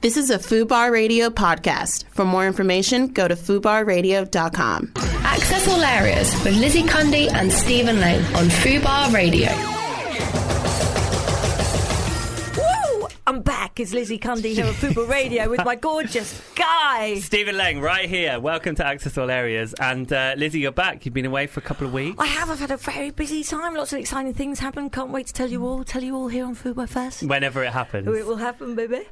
This is a FUBAR Radio podcast. For more information, go to FUBARradio.com. Access all areas with Lizzie Cundy and Stephen Lane on Fubar Radio. Woo! I'm back. It's Lizzie Cundy here on Fupa Radio with my gorgeous guy. Stephen Lang, right here. Welcome to Access All Areas. And uh, Lizzie, you're back. You've been away for a couple of weeks. I have. I've had a very busy time. Lots of exciting things happen. Can't wait to tell you all. Tell you all here on Fupa first. Whenever it happens. It will happen, baby.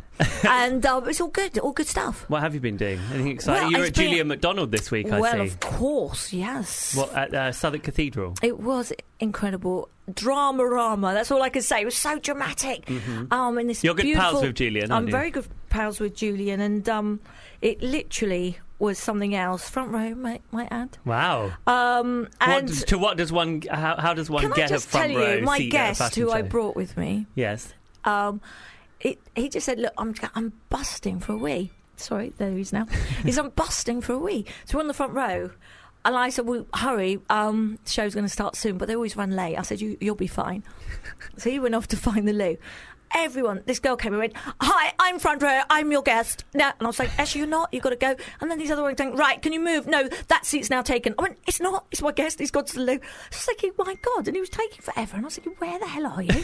and uh, it's all good. All good stuff. What have you been doing? Anything exciting? Well, you were it's at been- Julia McDonald this week, well, I see. of course, yes. What, at uh, Southwark Cathedral. It was incredible. Dramarama. That's all I can say. It was so dramatic. Um, and this Mm-hmm. You're good pals beautiful- with Julian, I'm aren't you? very good pals with Julian, and um, it literally was something else. Front row, might, might add. Wow. Um, What and does- to what does one? How, how does one can I get just a front tell row uh, you, my seat at a guest fashion who I show? brought with me, Yes. um, it, he just said, "Look, I'm I'm busting for a wee." Sorry, there he is now. He's I'm busting for a wee. So we're on the front row, and I said, "Well, hurry, um, show's going to start soon, but they always run late." I said, you, "You'll be fine." so he went off to find the loo. Everyone, this girl came and went, Hi, I'm front row, I'm your guest. No, and I was like, Actually, you're not, you've got to go. And then these other ones going, Right, can you move? No, that seat's now taken. I went, It's not, it's my guest, he's gone to the loo. I was thinking, My God. And he was taking forever. And I was thinking, Where the hell are you?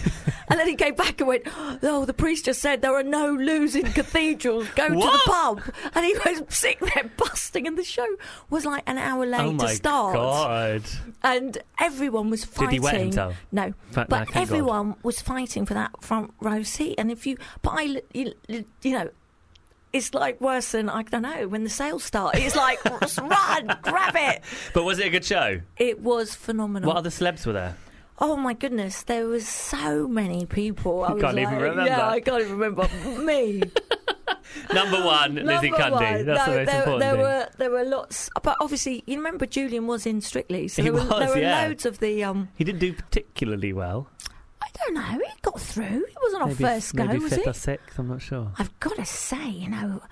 and then he came back and went, Oh, the priest just said there are no loos in cathedrals, go to the What? pub. And he was sitting there busting, and the show was like an hour late Oh to my start god. and everyone was fighting. Did he wet himself? No, Fa- no, but thank God. everyone was fighting for that front row seat. And if you, but I, li- you, li- you know, it's like worse than I don't know when the sales start. It's like just run, grab it. But was it a good show? It was phenomenal. What other celebs were there? Oh my goodness, there was so many people. I was Can't even like, remember. Yeah, I can't even remember me. Number one, Lizzie Number Cundy. one. That's no, the most there, important there thing. were there were lots, but obviously you remember Julian was in Strictly, so He there were was, there were yeah. loads of the um. He didn't do particularly well. I don't know. He got through. It wasn't our maybe Oh, first go, maybe was fifth it? or sixth. I'm not sure. I've got to say, you know,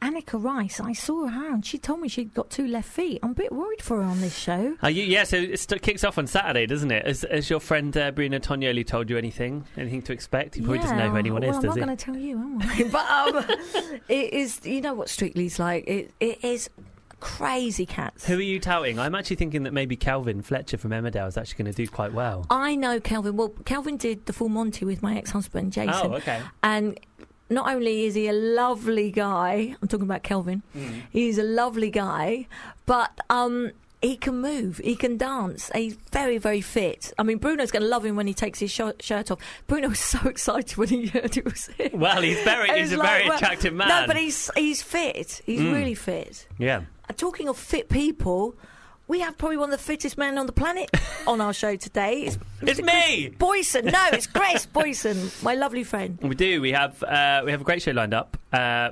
Annika Rice. I saw her and she told me she'd got two left feet. I'm a bit worried for her on this show. Are you, yeah, so it st- kicks off on Saturday, doesn't it? Has, has your friend uh, Bruno Tognoli told you anything? Anything to expect? He probably doesn't know who anyone well, is, I'm not does he? going to tell you, am I? but um, it is. You know what Strictly's like. It it is crazy cats. Who are you touting? I'm actually thinking that maybe Calvin Fletcher from Emmerdale is actually going to do quite well. I know Kelvin. Well, Kelvin did the full Monty with my ex-husband Jason. Oh, okay. And not only is he a lovely guy, I'm talking about Kelvin, Hmm. he's a lovely guy, but um, he can move, he can dance, he's very, very fit. I mean, Bruno's going to love him when he takes his shir- shirt off. Bruno was so excited when he heard it was him. Well, he's very- And he's a like, very well- attractive No, man. Mm. but he's, he's fit, he's really fit. Yeah. Uh, Talking of fit people, we have probably one of the fittest men on the planet on our show today. It's, It's Mr. me! Chris Boyson. No, it's Grace Boyson, my lovely friend. We do. We have uh, we have a great show lined up. Uh,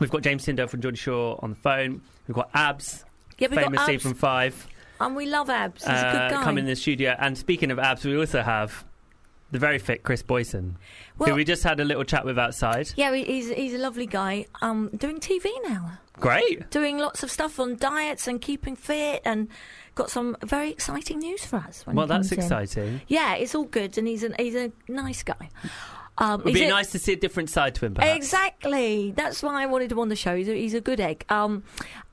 we've got James Tinder from Geordie Shore on the phone. We've got Abs, Yeah, we got famously abs, from Five, and we love abs. He's a uh, good guy. coming in the studio. And speaking of Abs, we also have the very fit Chris Boyson, well, who we just had a little chat with outside. yeah, he- he's he's a lovely guy. Um, doing TV now, Great. doing lots of stuff on diets and keeping fit, and got some very exciting news for us. When he Well, that's comes in. exciting. Yeah, it's all good, and he's an, he's a nice guy. Um, It would he's be a- nice to see a different side to him, perhaps. Exactly. That's why I wanted him on the show. He's a, he's a good egg. Um,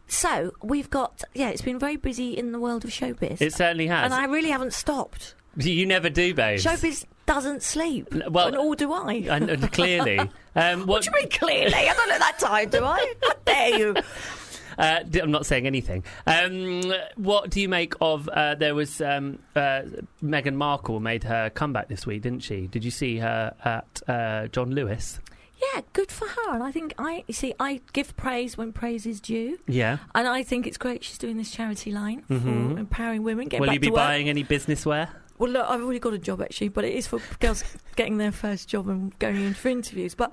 so we've got yeah. It's been very busy in the world of showbiz, It certainly has. and I really haven't stopped. You never do, babe. Showbiz doesn't sleep. N- well, and all do I. and, and clearly, um, what do you mean clearly? I don't look that tired, do I? How dare you? Uh, d- I'm not saying anything. Um, what do you make of? Uh, there was um, uh, Meghan Markle made her comeback this week, didn't she? Did you see her at uh, John Lewis? Yeah, good for her. And I think I you see. I give praise when praise is due, Yeah. and I think it's great she's doing this charity line for empowering women. Getting Mm-hmm. Will back you be to work. buying any business wear? Well, look, I've already got a job actually, but it is for girls getting their first job and going in for interviews. But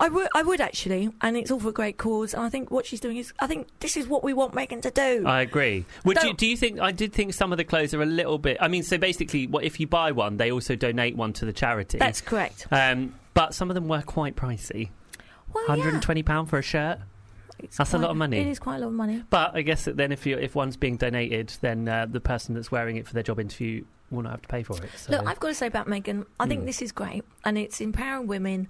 I would, I would actually, and it's all for a great cause. And I think what she's doing is, I think this is what we want Megan to do. I agree. Would you, Don't- do you think? I did think some of the clothes are a little bit. I mean, so basically, what if you buy one, they also donate one to the charity. That's correct. Um, but some of them were quite pricey. Well, Oh, yeah. 120 pound for a shirt. it's That's a quite- lot of money. It is quite a lot of money. But I guess that then if you if one's being donated, then uh, the person that's wearing it for their job interview will not have to pay for it. So. Look, I've got to say about Meghan, I think Mm. this is great, and it's empowering women.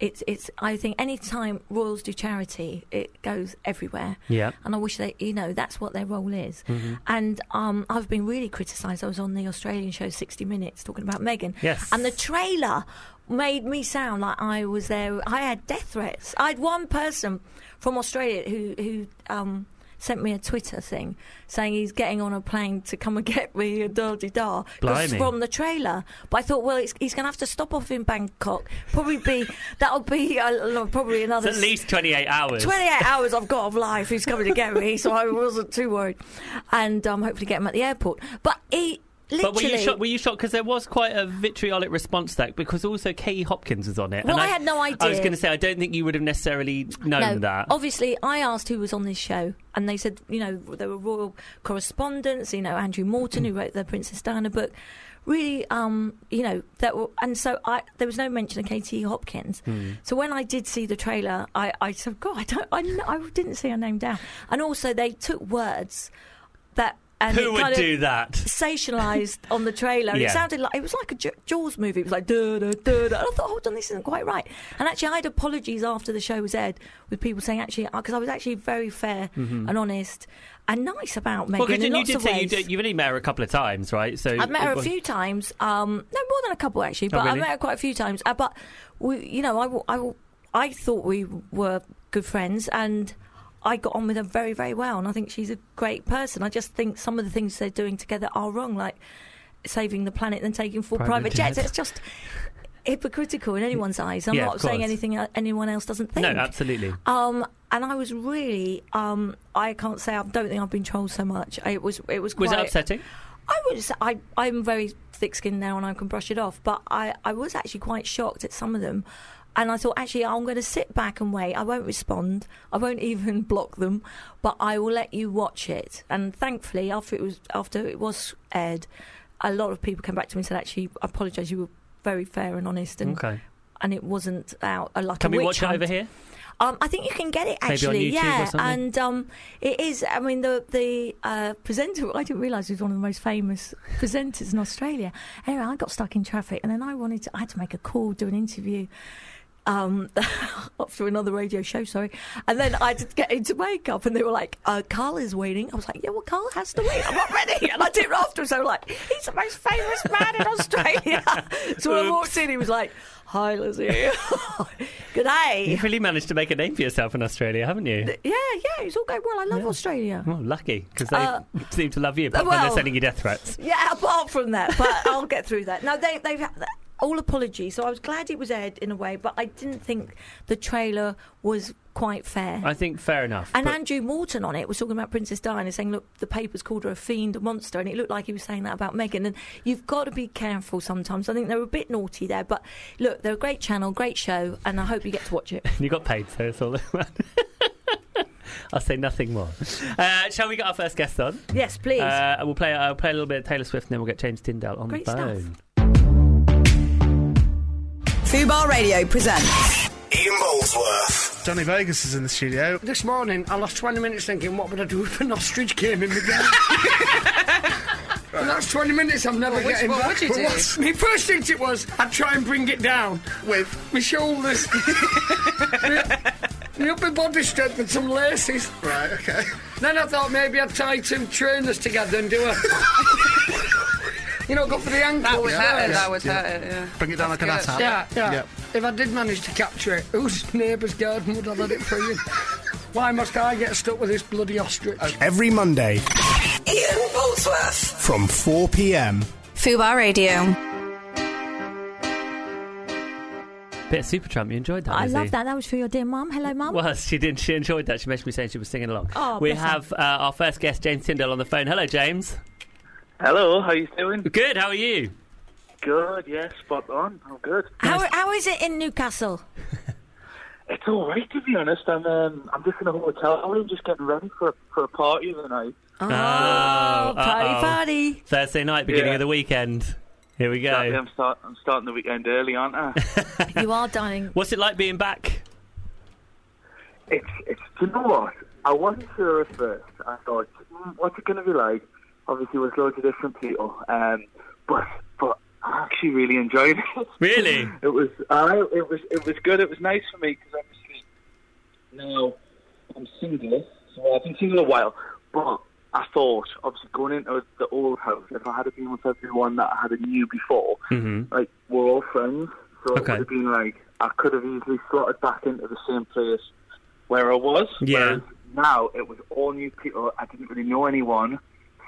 It's, it's. I think any time royals do charity, it goes everywhere, yeah. and I wish they, you know, that's what their role is. Mhm. And um, I've been really criticised. I was on the Australian show 60 Minutes talking about Meghan. Yes. And the trailer made me sound like I was there. I had death threats. I had one person from Australia who, who um, sent me a Twitter thing saying he's getting on a plane to come and get me and da da da. 'cause Blimey. From the trailer. But I thought, well, it's, he's going to have to stop off in Bangkok. Probably be, that'll be uh, probably it's another at least twenty eight hours. 28 hours I've got of life. He's coming to get me, so I wasn't too worried. And um, hopefully get him at the airport. But he literally. But were you shocked? Were you shocked because there was quite a vitriolic response to that because also Katie Hopkins was on it. Well, I had no I was idea. going to say I don't think you would have necessarily known no, that. obviously, I asked who was on this show, and they said, you know, there were royal correspondents, you know, Andrew Morton, who wrote the Princess Diana book. Really, um, you know, that were, and so I, there was no mention of Katie Hopkins. Hmm. So when I did see the trailer, I, I said, God, I, don't, I, kn- I didn't see her name down. And also, they took words that. And it Who would kind of- do that? sensationalized on the trailer. It Yeah. sounded like it was like a J- Jaws movie. It was like da da da da. And I thought, hold on, this isn't quite right. And actually, I had apologies after the show was aired with people saying actually because I was actually very fair and honest and nice about Megan Mm-hmm. Well, because in you, lots did of say you ways. did, you've only met her a couple of times, right? So I've met her it a was- few times. Um, no, more than a couple actually, but really? I've met her quite a few times. Uh, but we, you know, I, w- I, w- I thought we were good friends, and I got on with her very, very well. And I think she's a great person. I just think some of the things they're doing together are wrong, like saving the planet and taking four Private private, jets. jets. It's just hypocritical in anyone's eyes. I'm Yeah, not of saying course. anything uh, anyone else doesn't think. No, absolutely. Um, and I was really, um, I can't say I don't think I've been trolled so much. It was, it was. Was quite, it upsetting? I was I I'm very thick skinned now and I can brush it off, but I I was actually quite shocked at some of them. And I thought, actually, I'm going to sit back and wait. I won't respond. I won't even block them, but I will let you watch it. And thankfully, after it was after it was aired, a lot of people came back to me and said, "Actually, I apologise. You were very fair and honest, and Okay. and it wasn't out uh, like Can a we witch watch it hunt. over here? Um, I think you can get it Maybe on actually, YouTube or yeah. something? And um, it is. I mean, the the uh, presenter. I didn't realise he was one of the most famous presenters in Australia. Anyway, I got stuck in traffic, and then I wanted to. I had to make a call, do an interview. Um, after another radio show, sorry, and then I had to get into makeup, and they were like, uh, "Carl is waiting." I was like, "Yeah, well, Carl has to wait. I'm not ready." And I did it after, so like, he's the most famous man in Australia. so when I walked in, he was like, "Hi, Lizzie. Good day." You've really managed to make a name for yourself in Australia, haven't you? Yeah, yeah, it's all going well. I love Australia. Well, lucky because they Uh, seem to love you, but when they're well- sending you death threats. Yeah, apart from that, but I'll get through that. No, they, they've had all apologies. So I was glad it was aired in a way, but I didn't think the trailer was quite fair. I think fair enough. and but- Andrew Morton on it was talking about Princess Diana, saying, "Look, the papers called her a fiend, a monster," and it looked like he was saying that about Meghan. And you've got to be careful sometimes. I think they were a bit naughty there, but look, they're a great channel, great show, and I hope you get to watch it. You got paid, so it's all that matters. I'll say nothing more. Uh, shall we get our first guest on? Yes, please. Uh, we'll play. I'll play a little bit of Taylor Swift, and then we'll get James Tyndale on Great the stuff. phone. Fubar Radio presents. Ian Molesworth. Johnny Vegas is in the studio. This morning, I lost 20 minutes thinking, what would I do if an ostrich came in again? And that's 20 minutes I'm never getting what back. would you But do? what's- My first instinct was, I'd try and bring it down with my shoulders. my, my upper body strength and some laces. Right, okay. Then I thought maybe I'd tie two trainers together and do a... you know, go for the ankle. That would as hurt well. it. That would hurt it. Yeah. Bring it down like an That's ass good. Yeah, yeah. Yeah. If I did manage to capture it, whose neighbour's garden would have let it free? in? Why must I get stuck with this bloody ostrich? Every Monday Ian Boldsworth. from 4 pm. Fubar Radio. Bit of Super Trump. You enjoyed that? I Lizzie? love that. That was for your dear mum. Hello, mum. Well, she did. She enjoyed that. She messaged me saying she was singing along. Oh, we bless her. have uh, our first guest, James Tyndale, on the phone. Hello, James. Hello, how you doing? Good. How are you? Good, yes, spot on. I'm good. how, how is it in Newcastle? It's all right to be honest. I'm um, I'm just in a hotel room, just getting ready for a, for a party tonight. Oh, Ah. party, Uh, uh-oh. party. Thursday night, beginning Yeah. of the weekend. Here we Saturday, go. I'm start I'm starting the weekend early, aren't I? You are dining. What's it like being back? It's, it's, do you know what? I wasn't sure at first. I thought, mm, what's it going to be like? Obviously, with loads of different people. Um, but, but I actually really enjoyed it. Really? It was, I, it was, it was good. It was nice for me because obviously now I'm single, so I've been single a while. But I thought, obviously, going into the old house, if I had been with everyone that I had knew before, like we're all friends, so Mm-hmm. Okay. it would have been like I could have easily slotted back into the same place where I was. Yeah. Whereas now it was all new people. I didn't really know anyone,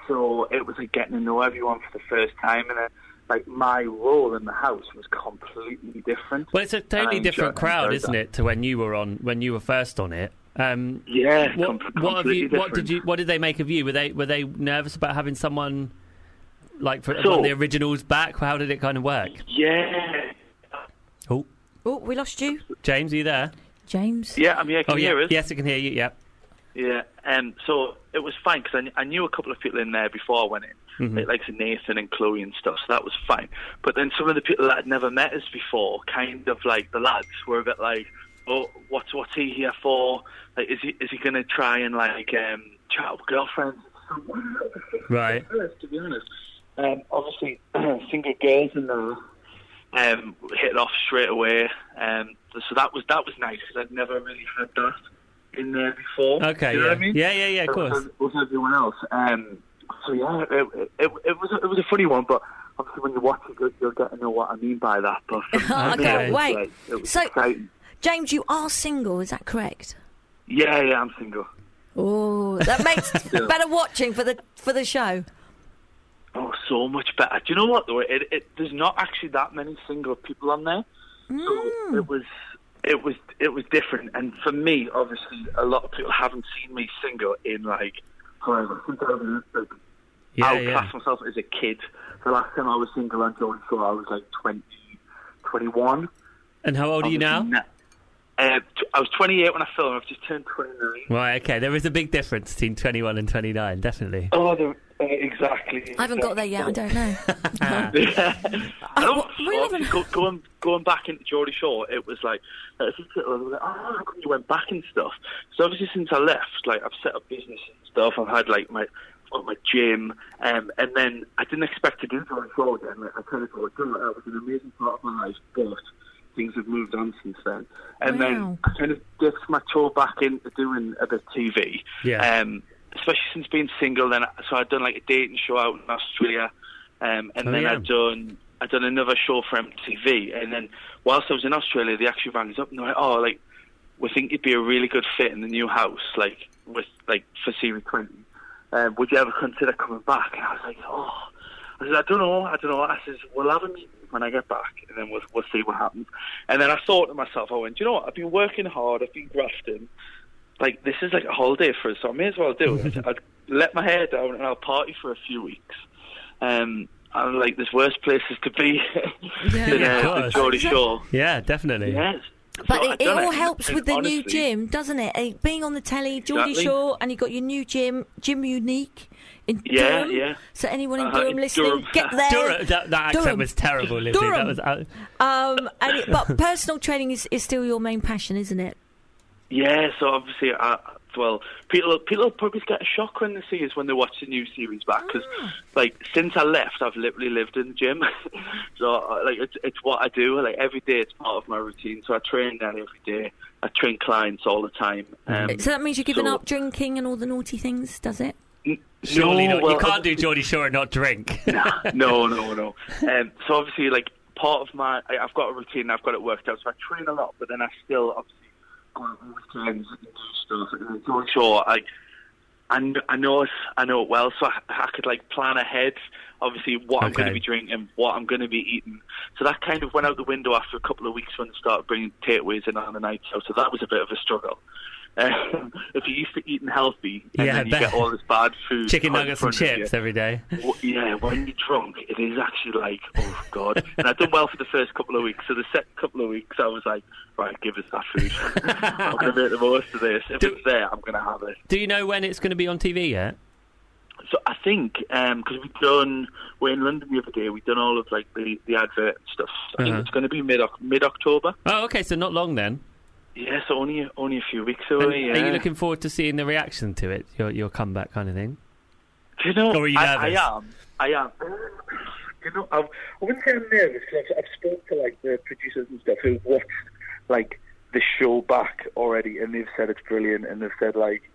so it was like getting to know everyone for the first time, and then. Like my role in the house was completely different. Well, it's a And I totally enjoy- different crowd, enjoyed isn't that. it, to when you were on when you were first on it? Um, Yeah, what, com- what have completely you? What different. did you? What did they make of you? Were they were they nervous about having someone like for, So- one of the originals back? How did it kind of work? Yeah, Oh, Oh, we lost you, James, are you there? James. yeah. I'm here. Can oh, you yeah. hear us? Yes, I can hear you. Yeah. Yeah. Um, so it was fine because I, kn- I knew a couple of people in there before I went in, like, like Nathan and Chloe and stuff. So that was fine. But then some of the people that I'd never met as before, kind of like the lads, were a bit like, "Oh, what's what's he here for? Like, is he is he going to try and like um, chat with girlfriends?" Right. first, to be honest. Um, obviously, single girls in there um, hit it off straight away. Um, so that was that was nice because I'd never really had that in there before. Okay. you know yeah. what I mean? yeah. Yeah. Yeah. Of course. With, with everyone else. Um, so yeah, it, it, it, it was a- it was a funny one, but obviously when you watch it, you'll, you'll get to know what I mean by that. But for I Okay. me, it can't was wait. like- it was So- exciting. James, you are single. Is that correct? yeah, yeah, I'm single. Oh, that makes better watching for the for the show. Oh, so much better. Do you know what though? It, it there's not actually that many single people on there, Mm. so it was it was it was different. And for me, obviously, a lot of people haven't seen me single in like forever. Since I was, like, I Yeah. would Yeah. class myself as a kid. The last time I was single on Jordan Shore, I was like 20, 21. And how old are you now? Obviously, na- Uh, t- I was 28 when I filmed. I've just turned 29. Right. Okay. There is a big difference between twenty-one and twenty-nine. Definitely. Oh, the, uh, exactly. I haven't got there yet. I don't know. I well, don't, we well, live in- go, going going back into Geordie Shore, it was like, uh, if you sit there, they were like, oh, how come you went back and stuff? So obviously since I left, like I've set up business and stuff. I've had like my got my gym, um, and then I didn't expect to do Geordie Shore again. Like I kind of thought, "Do you know what, that was an amazing part of my life, but things have moved on since then. And Wow. then I kind of dipped my toe back into doing a bit of TV. Yeah. Um, especially since being single, then I- so I'd done like a dating show out in Australia. Um, and Oh, then yeah. I'd done I'd done another show for MTV, and then whilst I was in Australia, they actually rang us up and they were like, "Oh, like we think you'd be a really good fit in the new house, like with like for series twenty. Um, would you ever consider coming back?" And I was like, "Oh." I said, I don't know, I don't know. I says, we'll have a meeting when I get back, and then we'll, we'll see what happens. And then I thought to myself, I went, "Do you know what? I've been working hard, I've been grafting, like this is like a holiday for us, so I may as well do it. I'd let my hair down and I'll party for a few weeks. Um, and like there's worse places to be than, Yeah, of uh, than course. Geordie Shore. Yeah. Definitely. Yes. But So I've it, it done all And- helps and with the new honestly, gym, doesn't it? Eh, Being on the telly, Geordie Exactly. Shore, and you got your new gym, Gym Unique in Yeah, Durham. yeah. So anyone in Uh-huh, Durham in listening, Durham. get there. Durham, that, that accent Durham. was terrible, Lizzie. That Durham. was uh, out. Um, and it, but personal training is, is still your main passion, isn't it? Yeah, so obviously, I, well, people people probably get a shock when they see us when they watch the new series back because, Ah. like, since I left, I've literally lived in the gym. so, uh, like, it's it's what I do. Like every day, it's part of my routine. So I train then every day. I train clients all the time. Um, So that means you're giving So- up drinking and all the naughty things, does it? Surely no, not. well, you can't do Geordie Shore and not drink. no, no, no. Um, so obviously, like part of my, I, I've got a routine. I've got it worked out. So I train a lot, but then I still obviously go out on weekends and do stuff. And then George Shaw, I, I, kn- I know it, I know it well. So I, I could like plan ahead. Obviously, what I'm going Okay. to be drinking, what I'm going to be eating. So that kind of went out the window after a couple of weeks when I started bringing takeaways in on the night out. So that was a bit of a struggle. Um, if you're used to eating healthy, and Yeah, then you that- get all this bad food, Chicken right in nuggets and front of you. chips every day. Well, yeah, when you're drunk, it is actually like, oh god. And I've done well for the first couple of weeks. So the second couple of weeks, I was like, right, give us that food. I'm going to make the most of this. If Do- it's there, I'm going to have it. Do you know when it's going to be on TV yet? So I think because we've done, we're in London the other day. We've done all of like the the advert and stuff. I think Uh-huh. it's going to be mid mid October. Oh, okay, so not long then. yeah, so only a- only a few weeks away. And Oh, yeah. Are you looking forward to seeing the reaction to it? Your your comeback kind of thing. Do you know? Or are you I, nervous? I am. I am. You know, I've, I wouldn't say I'm nervous because I've, I've spoken to like the producers and stuff who've watched like the show back already, and they've said it's brilliant, and they've said like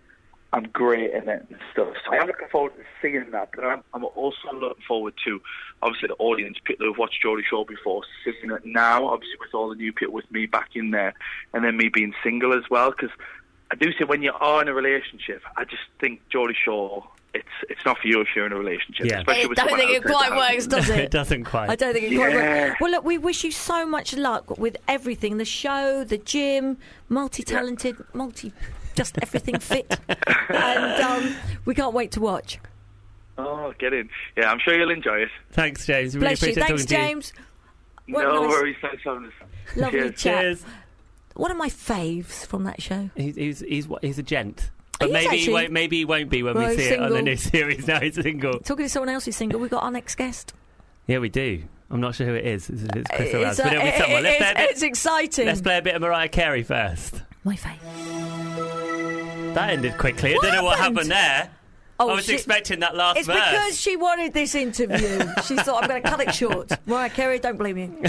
I'm great in it and stuff. So I'm looking forward to seeing that, but I'm, I'm also looking forward to obviously the audience, people who've watched Geordie Shore before, seeing it now. Obviously, with all the new people, with me back in there, and then me being single as well, because. I do say when you are in a relationship, I just think Geordie Shore, it's it's not for you if you're in a relationship. Yeah. Especially I with don't someone think it outside quite the house. works, does it it? doesn't quite. I don't think it Yeah. quite works. Well, look, we wish you so much luck with everything the show, the gym, multi talented, multi just everything fit. and um, we can't wait to watch. Oh, get in. Yeah, I'm sure you'll enjoy it. Thanks, James. Really Bless you. appreciate Thanks, talking James. What a no nice- worries. Thanks for having us. Lovely Cheers. to you. chat. Cheers. One of my faves from that show. He's he's he's, what- he's a gent. He But is maybe he actually. won't, maybe he won't be when Well, we he's see it on the single. new series. Now he's single. Talking to someone else who's single, we've got our next guest. Yeah, we do. I'm not sure who it is. It's, it's Chris or It's, Raz, but uh, it'll be it- someone. Let's it's- play, a bit, it's exciting. let's play a bit of Mariah Carey first. My fave. That ended quickly. What I don't know what happened happened? there. Oh, I was she- expecting that last It's verse. because she wanted this interview. she thought, I'm going to cut it short. Right, Kerry, don't blame you.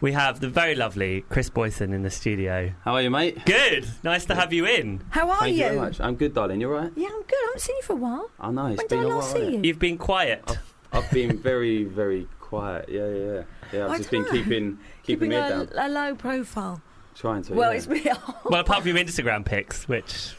we have the very lovely Chris Boyson in the studio. How are you, mate? Good. Nice to have you in. How are Thank you very much. I'm good, darling. You're right. Yeah, I'm good. I haven't seen you for a while. I know. It's when did been I a last while. see you? You've been quiet. I've been very, very quiet. Yeah, yeah, yeah. Yeah, I've I just been don't know. keeping keeping Keeping me a, down, a low profile. trying to. Well, yeah. it's me. Well, apart from your Instagram pics, which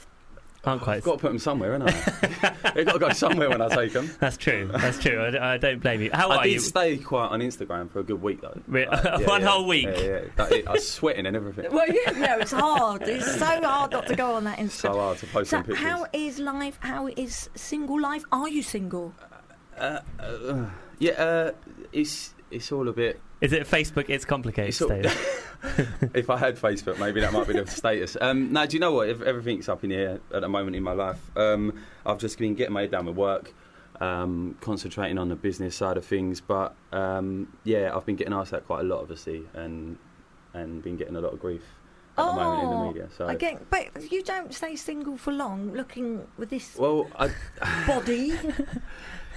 aren't quite. I've got to put them somewhere, haven't I? They've got to go somewhere when I take them. That's true. That's true. I, don't- I don't blame you. How I are did you? stay quiet on Instagram for a good week though. Re- Uh, yeah, One yeah. whole week. Yeah, yeah. That- it- I was sweating and everything. well, you know, it's hard. It's so hard not to go on that Instagram. So hard to post So some pictures. how is life? How is single life? Are you single? Yeah, uh, it's it's all a bit. Is it Facebook? It's complicated. It's all- David? If I had Facebook, maybe that might be the status. Um, now, do you know what? If everything's up in the air at the moment in my life, um, I've just been getting my head down with work, um, concentrating on the business side of things. But um, yeah, I've been getting asked that quite a lot, obviously, and and been getting a lot of grief at the moment in the media. So. Oh, I get, but you don't stay single for long. Looking with this well, Oh, I, body,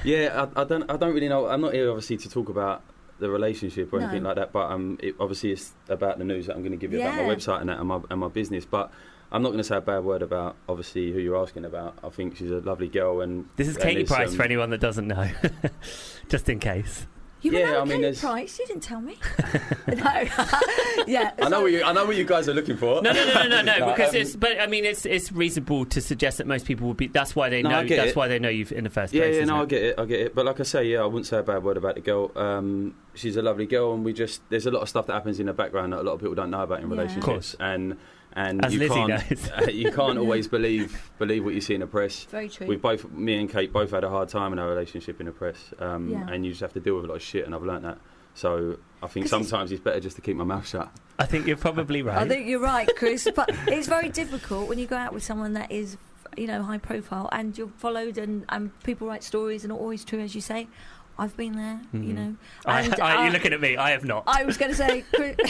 yeah, I, I don't, I don't really know. I'm not here obviously to talk about the relationship or No. anything like that, but um, it, obviously it's about the news that I'm going to give you about my Yeah. website and that and my, and my business. But I'm not going to say a bad word about obviously who you're asking about. I think she's a lovely girl, and This is and Katie it's, Price um, for anyone that doesn't know, just in case. you were Yeah, I yeah, mean, there's- Price. You didn't tell me. no, yeah. I know so- what you, I know what you guys are looking for. No, no, no, no, no, no. No, because um, it's but I mean it's it's reasonable to suggest that most people would be. That's why they No, I know. get That's it. why they know you in the first yeah, place. yeah, isn't no, I it? get it, I get it. But like I say, yeah, I wouldn't say a bad word about the girl. Um, she's a lovely girl, and we just there's a lot of stuff that happens in the background that a lot of people don't know about in Yeah. relationships. course. and and As you Lizzie can't knows. you can't always believe believe what you see in the press. Very true. We both, me and Kate, both had a hard time in our relationship in the press, um, Yeah. and you just have to deal with a lot of shit. And I've learnt that. So I think 'Cause it's- sometimes it's better just to keep my mouth shut. I think you're probably right. I think you're right, Chris. but it's very difficult when you go out with someone that is, you know, high profile and you're followed and, and people write stories and not always true, as you say. I've been there, you know. Mm-hmm. I- And, I- uh, you're looking at me. I have not. I was going to say, Chris,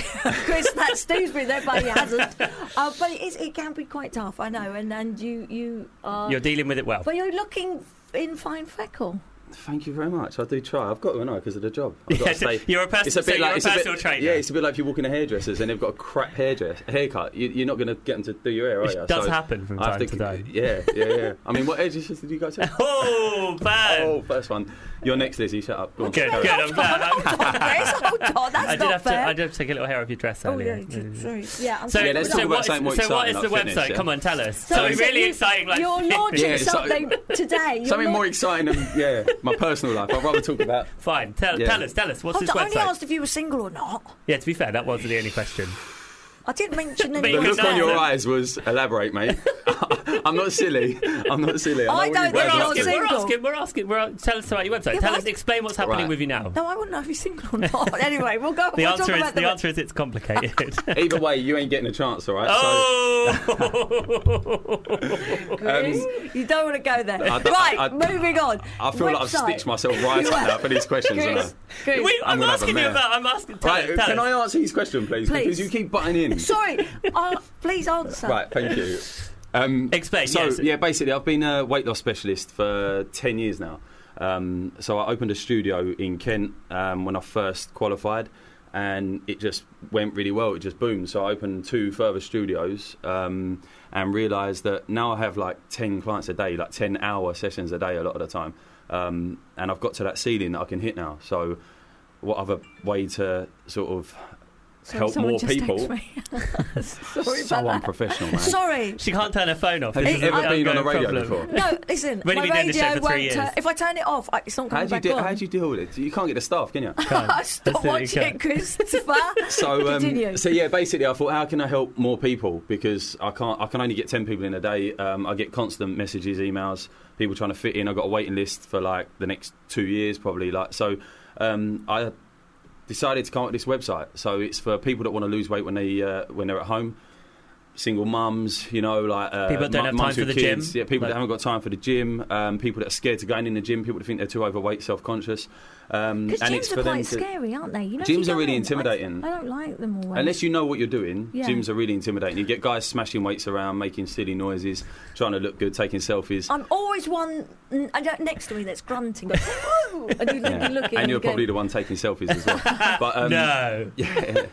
Chris, that Steve's been there, but he hasn't. Uh, but it, is, it can be quite tough, I know. And, and you, you are. you're dealing with it well. but you're looking in fine feckle. Thank you very much. I do try. I've got to, know, because of the job. I've got Yeah, to stay. you're a person- so you're a personal bit, trainer. Yeah, it's a bit like if you walk in a hairdresser's and they've got a crap hairdress, haircut. You, you're not going to get them to do your hair, are Which you? does happen from I have time to time. Yeah, yeah, yeah. I mean, what hairdressers did you go to? Oh, bad. oh, first one. You're next, Lizzie. Shut up. Go on. Good, Carry on. good. I'm glad. Hold on, Chris, hold on. oh, That's I did not have fair. to. I did have to take a little hair off your dress Oh, earlier. yeah, sorry. Yeah, I'm So, sorry. Yeah, let's so talk about what is, something more so what is exciting, the like fitness, website? yeah. Come on, tell us. So So, is it really you- exciting. Like You're launching Yeah, so- something today. You're Something launching- more exciting than, yeah, my personal life. I'd rather talk about. Fine. Tell, Yeah. tell us. Tell us. What's Hold this on, I only website? asked if you were single or not. Yeah. To be fair, that wasn't the only question. I didn't mention But any you The could look not. on your No. eyes was elaborate, mate. I'm not silly. I'm not silly. I I, know don't what We're you guys think are you're up single. asking, we're to. asking. We're asking. We're asking. Tell us about your website. Yeah, tell but us. I- Explain what's happening Right. with you now. No, I wouldn't know if you're single or not. anyway, we'll go. The we'll answer talk is about the answer is it's complicated. Either way, you ain't getting a chance, all right? So- Oh! Chris, you don't want to go there. I don't- right, I- I- moving on. I feel like I've Website. stitched myself right You up now are. for these questions. haven't I? Chris, Chris, Wait, I'm gonna have a asking you mare. about. I'm asking. Tell Right, us, tell can us. I answer his question, please? Please. Because you keep butting in. Sorry. Oh, please answer. Right, thank you. Um, Explain, So yes. yeah, basically, I've been a weight loss specialist for ten years now. Um, so I opened a studio in Kent um, when I first qualified, and it just went really well. It just boomed. So I opened two further studios um, and realised that now I have like ten clients a day, like ten hour sessions a day, a lot of the time, um, and I've got to that ceiling that I can hit now. So what other way to sort of Sorry, help someone more just texted people? me. Sorry so about that. unprofessional, man. Sorry. She can't turn her phone off. Have This you is an ever been on ongoing a radio problem. before? No, listen. We've my only been doing this show radio for three won't. turn years. if I turn it off, I, it's not How coming do you back deal? on. How do you deal with it? You can't get the staff, can you? That's Stop the- watching okay. it, Christopher. So, Continue. um, so yeah, basically, I thought, how can I help more people? Because I can't, I can only get ten people in a day. Um, I get constant messages, emails, people trying to fit in. I've got a waiting list for like the next two years, probably. Like, so um, I decided to come up with this website. So it's for people that want to lose weight when they uh, when they're at home, single mums, you know, like uh, People that don't mu- have time mums for with the gym. kids. Yeah, people Like- that haven't got time for the gym. Um, people that are scared to going in the gym. People that think they're too overweight, self conscious. Um, Because and gyms it's are for them quite to- scary, aren't they? You know, if Gyms you are go really in, I- intimidating. I, don't like them always. Unless you know what you're doing, Yeah. gyms are really intimidating. You get guys smashing weights around, making silly noises, trying to look good, taking selfies. I'm always one n- I don't- next to me that's grunting. Goes, Whoa! And you look, Yeah. you look and you're probably the one taking selfies as well. but, um, No. Yeah.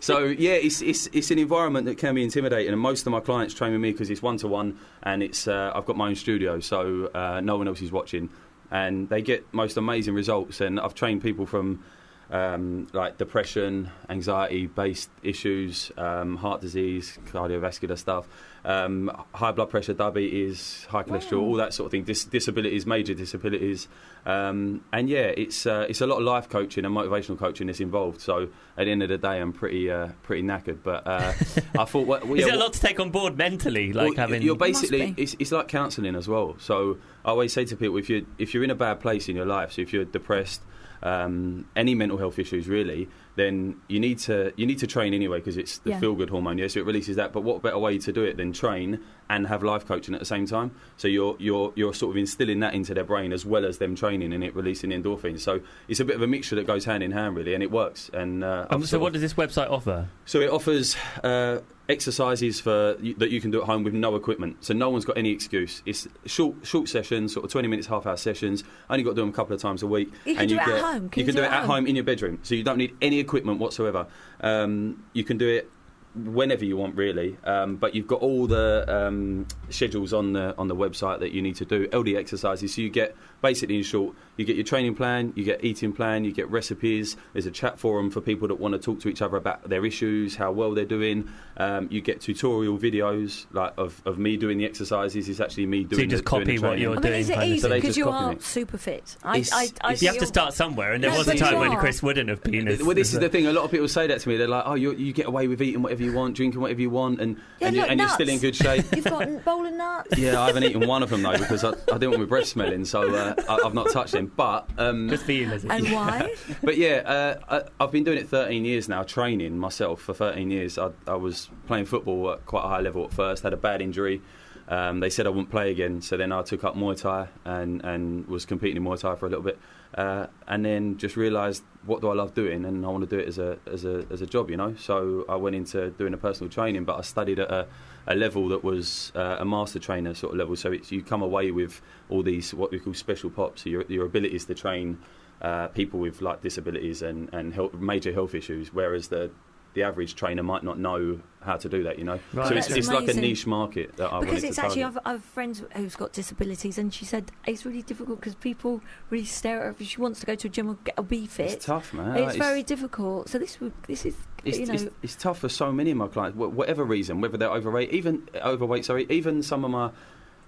So yeah, it's, it's it's an environment that can be intimidating, and most of my clients train with me because it's one to one, and it's uh, I've got my own studio, so uh, no one else is watching, and they get most amazing results. And I've trained people from um, like depression, anxiety based issues, um, heart disease, cardiovascular stuff, um, high blood pressure, diabetes, high cholesterol, all that sort of thing, dis- disabilities, major disabilities. Um, and yeah, it's, uh, it's a lot of life coaching and motivational coaching that's involved. So at the end of the day, I'm pretty, uh, pretty knackered. But uh, I thought, well, Is it yeah, a what- lot to take on board mentally? Like well, having you're Must basically be. it's, it's like counselling as well. So I always say to people, if you are if you're in a bad place in your life, so if you're depressed, um, any mental health issues really, then you need to you need to train anyway because it's the Yeah. feel good hormone. Yeah, so it releases that. But what better way to do it than train and have life coaching at the same time? So you're you're you're sort of instilling that into their brain as well as them training and it releasing endorphins. So it's a bit of a mixture that goes hand in hand really, and it works. And uh, I've Um, so sort what of- does this website offer? so it offers uh, exercises for that you can do at home with no equipment. So no one's got any excuse. It's short, short sessions, sort of twenty minutes, half hour sessions. Only got to do them a couple of times a week. You can do it at home. Can you you can do it do it at at home in your bedroom. So you don't need any equipment whatsoever. Um, you can do it whenever you want, really. Um, but you've got all the um, schedules on the on the website that you need to do LD exercises. So you get basically, in short, you get your training plan, you get eating plan, you get recipes. There's a chat forum for people that want to talk to each other about their issues, how well they're doing. Um, you get tutorial videos like of, of me doing the exercises. It's actually me doing. So you just the, doing the copy what training. you're I mean, doing. is it kind of easy So they because just you copy are me. super fit? I, It's- I, I it's- You have to feel- start somewhere, and there No, was a but time you when are. Chris wouldn't have been. as- Well, this is as the thing. A lot of people say that to me. They're like, "Oh, you you get away with eating whatever you want, drinking whatever you want, and Yeah, and, you, look, and you're still in nuts. good shape." You've got a bowl of nuts. yeah, I haven't eaten one of them though because I, I didn't want my breath smelling, so uh, I, I've not touched them. But um, Just for you, Lizzie. And why? but yeah, uh, I, I've been doing it 13 years now, training myself for 13 years. I, I was playing football at quite a high level at first, had a bad injury. Um, they said I wouldn't play again, so then I took up Muay Thai and, and was competing in Muay Thai for a little bit, uh, and then just realised what do I love doing, and I want to do it as a as a as a job, you know. So I went into doing a personal training, but I studied at a, a level that was uh, a master trainer sort of level. So it's, you come away with all these what we call special pops, so your your abilities to train uh, people with like disabilities and and health, major health issues, whereas the the average trainer might not know how to do that, you know. Right. So it's, That's it's like a amazing. niche market that I because wanted it's to actually, target. I've, I've friends who's got disabilities, and she said it's really difficult because people really stare at her. She wants to go to a gym and get a be fit. It's tough, man. It's Like, very difficult. So this would, this is, It's, you know, it's, it's tough for so many of my clients, wh- whatever reason, whether they're overweight, even uh, overweight. Sorry, even some of my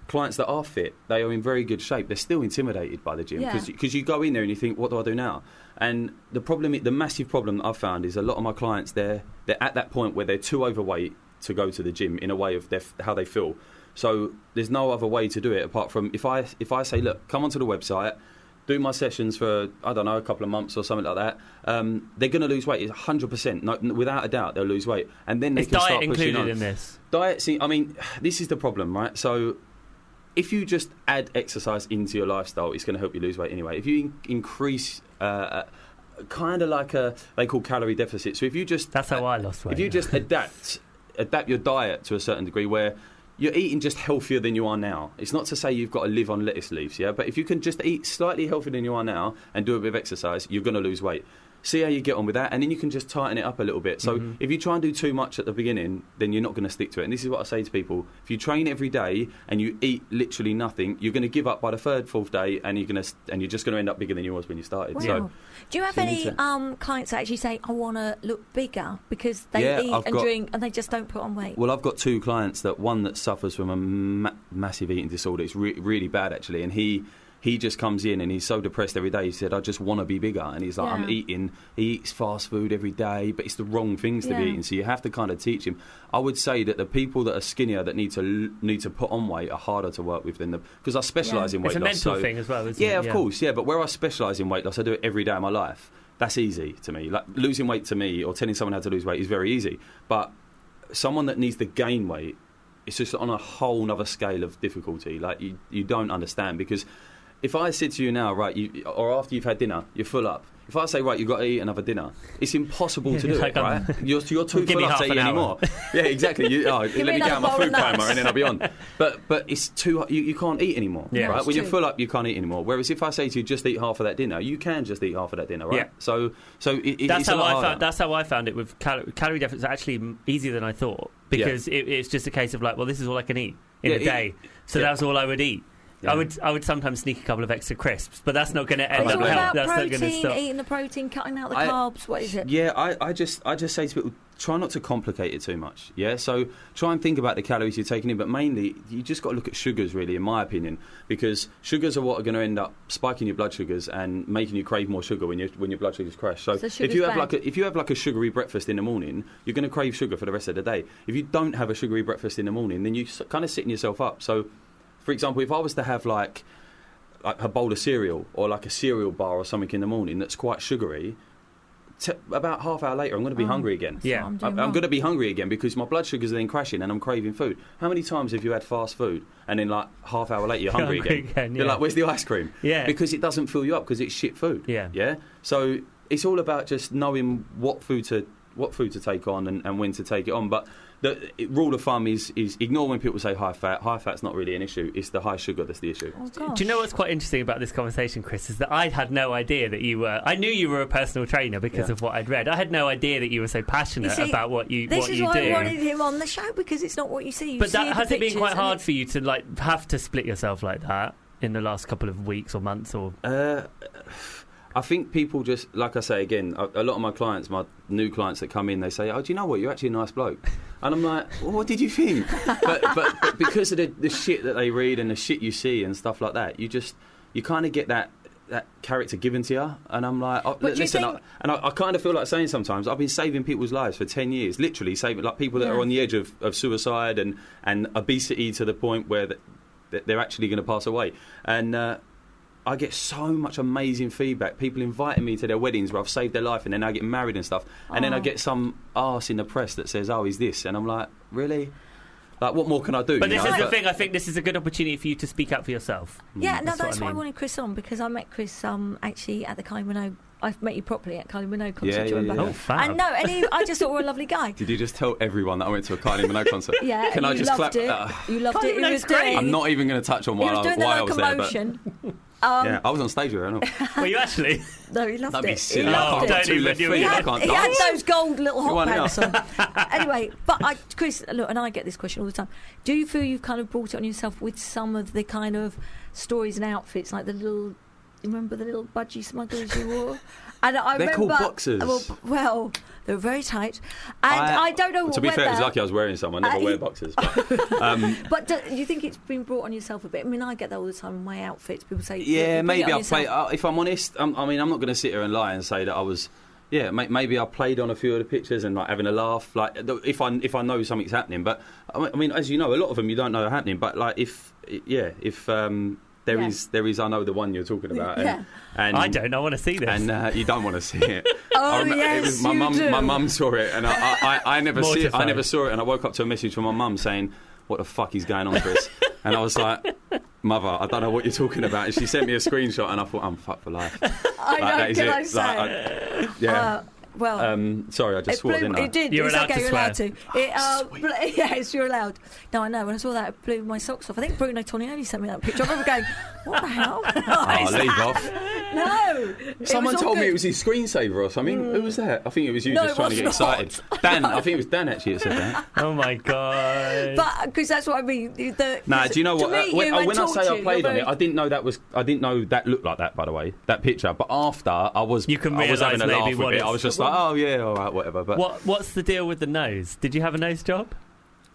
clients that are fit, they are in very good shape. They're still intimidated by the gym Yeah. because you go in there and you think, what do I do now? And the problem, the massive problem that I've found is a lot of my clients they're they're at that point where they're too overweight to go to the gym in a way of their, f- how they feel. So there's no other way to do it apart from if I if I say, look, come onto the website, do my sessions for I don't know a couple of months or something like that. Um, they're going to lose weight, It's 100%, no, n- without a doubt, they'll lose weight, and then they Is can diet start pushing included on. in this? Diet, see, I mean, this is the problem, right? So, if you just add exercise into your lifestyle, it's going to help you lose weight anyway. If you in- increase uh, kind of like a they call calorie deficit. So if you just That's how I lost weight. if you yeah. just adapt adapt your diet to a certain degree where you're eating just healthier than you are now. It's not to say you've got to live on lettuce leaves, yeah, but if you can just eat slightly healthier than you are now and do a bit of exercise, you're going to lose weight. See how you get on with that, and then you can just tighten it up a little bit. So, if you try and do too much at the beginning, then you're not going to stick to it. And this is what I say to people if you train every day and you eat literally nothing, you're going to give up by the third, fourth day, and you're, going to, and you're just going to end up bigger than you was when you started. Wow. So, Do you have so you any need to- um, clients that actually say, "I want to look bigger" because they Yeah, eat I've and got- drink and they just don't put on weight? Well, I've got two clients that one that suffers from a ma- massive eating disorder. It's re- really bad actually, and he he just comes in and he's so depressed every day. He said, "I just want to be bigger," and he's like, "I'm Yeah. eating." He eats fast food every day, but it's the wrong things to be Yeah. eating. So you have to kind of teach him. I would say that the people that are skinnier that need to l- need to put on weight are harder to work with than the because I specialise Yeah. in weight it's a loss. mental so- thing as well, isn't it? yeah, of course, yeah. But where I specialise in weight loss, I do it every day of my life. That's easy to me. Like losing weight to me, or telling someone how to lose weight, is very easy. But someone that needs to gain weight, it's just on a whole nother scale of difficulty. Like you, you don't understand because if I said to you now, right, you, or after you've had dinner, you're full up. If I say, right, you've got to eat another dinner, it's impossible to you're do like, it, right? um, You're, you're too Give me full up to half eat an hour. anymore. yeah, exactly. You, oh, let me me get another out my bowl of food coma nuts. and then I'll be on. But but it's too you, you can't eat anymore, Yeah. right? That's When you're true. full up, you can't eat anymore. Whereas if I say to you, just eat half of that dinner, you can just eat half of that dinner, right? Yeah. So so it, it, That's it's a how lot I harder. found. That's how I found it with cal- calorie deficit. It's actually m- easier than I thought because it, it's just a case of like, well, this is all I can eat in Yeah, a it- day, so yeah. that's all I would eat. Yeah. I would I would sometimes sneak a couple of extra crisps, but that's not going to end it's up. all no, about help. That's not going to protein, stop. eating the protein, cutting out the I- carbs. What is it? Yeah, I, I just I just say to people, try not to complicate it too much. Yeah, so try and think about the calories you're taking in, but mainly you just got to look at sugars, really, in my opinion, because sugars are what are going to end up spiking your blood sugars and making you crave more sugar when your when your blood sugars crash. So, So if sugar's you have bad. like a, if you have like a sugary breakfast in the morning, you're going to crave sugar for the rest of the day. If you don't have a sugary breakfast in the morning, then you s- kind of sitting yourself up. So, for example, if I was to have like like a bowl of cereal or like a cereal bar or something in the morning that's quite sugary, t- about half hour later, I'm going to be hungry again. That's what Yeah. I'm, doing I'm, wrong. I'm going to be hungry again because my blood sugars are then crashing and I'm craving food. How many times have you had fast food and then like half hour later you're hungry, Hungry again? again, You're yeah. like, where's the ice cream? Yeah. Because it doesn't fill you up because it's shit food. Yeah. Yeah. So it's all about just knowing what food to what food to take on and, and when to take it on. But the it- rule of thumb is is ignore when people say high fat. High fat's not really an issue. It's the high sugar that's the issue. Oh, gosh. Do you know what's quite interesting about this conversation, Chris? Is that I had no idea that you were. I knew you were a personal trainer because Yeah. of what I'd read. I had no idea that you were so passionate You see, about what you This what is you why do. I wanted him on the show because it's not what you see. You but see that the has it been pictures quite and hard it- for you to like have to split yourself like that in the last couple of weeks or months or Uh, I think people just, like I say again, a, a lot of my clients, my new clients that come in, they say, "Oh, do you know what? You're actually a nice bloke," and I'm like, well, "What did you think?" but, but, but because of the, the shit that they read and the shit you see and stuff like that, you just you kind of get that. That character given to you, and I'm like, oh, But do you listen, think- I, and I, I kind of feel like saying sometimes I've been saving people's lives for ten years, literally saving like people that Yeah. are on the edge of, of suicide and, and obesity to the point where th- that they're actually going to pass away, and uh, I get so much amazing feedback. People inviting me to their weddings where I've saved their life and then I get married and stuff. And then I Oh. get some arse in the press that says, oh, he's this. And I'm like, really? Like, what more can I do? But you this know? is the thing. I think this is a good opportunity for you to speak out for yourself. Yeah, no, that's that's, what I why I mean. wanted Chris on because I met Chris um, actually at the Kylie Minogue. I've met you properly at Kylie Minogue concert. Yeah, do you yeah, remember? yeah. Oh, fab. And no, and he, I just thought we're a lovely guy. Did you just tell everyone that I went to a Kylie Minogue concert? Yeah, Can and I you just loved clap? it. Uh, you loved Kylie it. He Minogue's was great. doing, I'm not even going to touch on he why, was I, doing why I the was there. But, locomotion. um, yeah, I was on stage with her. and all. Were you actually? No, he loved That'd be it. He silly. I loved it. can't do two Oh, even left do feet. it. He I had, can't he had dance. those gold little You hot want it pants on. anyway, but I, Chris, look, and I get this question all the time. Do you feel you've kind of brought it on yourself with some of the kind of stories and outfits, like the little, you remember the little budgie smugglers you wore? And I They're remember, called boxers. Well, b- well, they're very tight, and I, don't know. To be whether, fair, it was lucky I was wearing some. I never Uh, wear he- boxers. But, um, But do you think it's been brought on yourself a bit? I mean, I get that all the time in my outfits. People say, "Look, Yeah, you bring maybe it on I played. yourself." Uh, if I'm honest, um, I mean, I'm not going to sit here and lie and say that I was. Yeah, may, maybe I played on a few of the pictures and like having a laugh, like th- if I if I know something's happening. But I mean- I mean, as you know, a lot of them you don't know are happening. But like if i- yeah, if um, there is Yeah. there is, I know the one you're talking about. And, Yeah. and I don't. I want to see this. And uh, you don't want to see it. Oh, I remember- yes, it was my you mum. do. My mum saw it, and I, I, I, I never see it. I Mortified. never saw it, and I woke up to a message from my mum saying, "What the fuck is going on, Chris?" and I was like, mother, I don't know what you're talking about. And she sent me a screenshot, and I thought, I'm fucked for life. I Like, that know, is can it. I Like, say? I- yeah. Uh, well, um, sorry, I just it swore, blew, didn't I? It did. You're it's allowed okay, to you're swear. Oh, allowed to. It, uh, bl- yes, you're allowed. No, I know. When I saw that, it blew my socks off. I think Bruno Tornielli sent me that picture. I remember going, what the hell? Oh, leave off. no. It Someone was all told me good. it was his screensaver or something. Who was that? I think it was you No, it just trying to get was not. excited. Dan, I think it was Dan actually that said that. Oh my god. But because that's what I mean. the- The, Nah, do you know to what? meet uh, when you oh, and when I talk say to I you, played you're on it, very- I didn't know that was. I didn't know that looked like that. By the way, that picture. But after I was, You can I was having a realise laugh maybe with what it. it's- I was just like, oh yeah, all right, whatever. But What What's the deal with the nose? Did you have a nose job?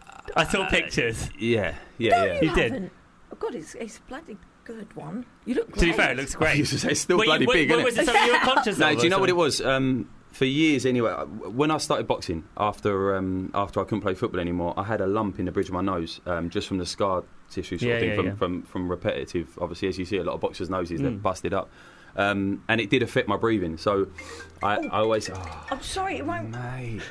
Uh, I saw pictures. yeah, yeah, yeah. you did. Haven't- Oh, God, it's, it's a bloody good one. You look To great. be fair, it looks You great. should say it's still Wait, bloody wait, big, wait, innit? was it something you were conscious No, of? do you know what it was? was? Um, for years, anyway, I- when I started boxing after um, after I couldn't play football anymore, I had a lump in the bridge of my nose um, just from the scar tissue sort Yeah, of thing yeah, from, yeah. From, from repetitive. Obviously, as you see, a lot of boxers' noses they're Mm. busted up, um, and it did affect my breathing. So I, I always, oh, I'm sorry, it won't. mate,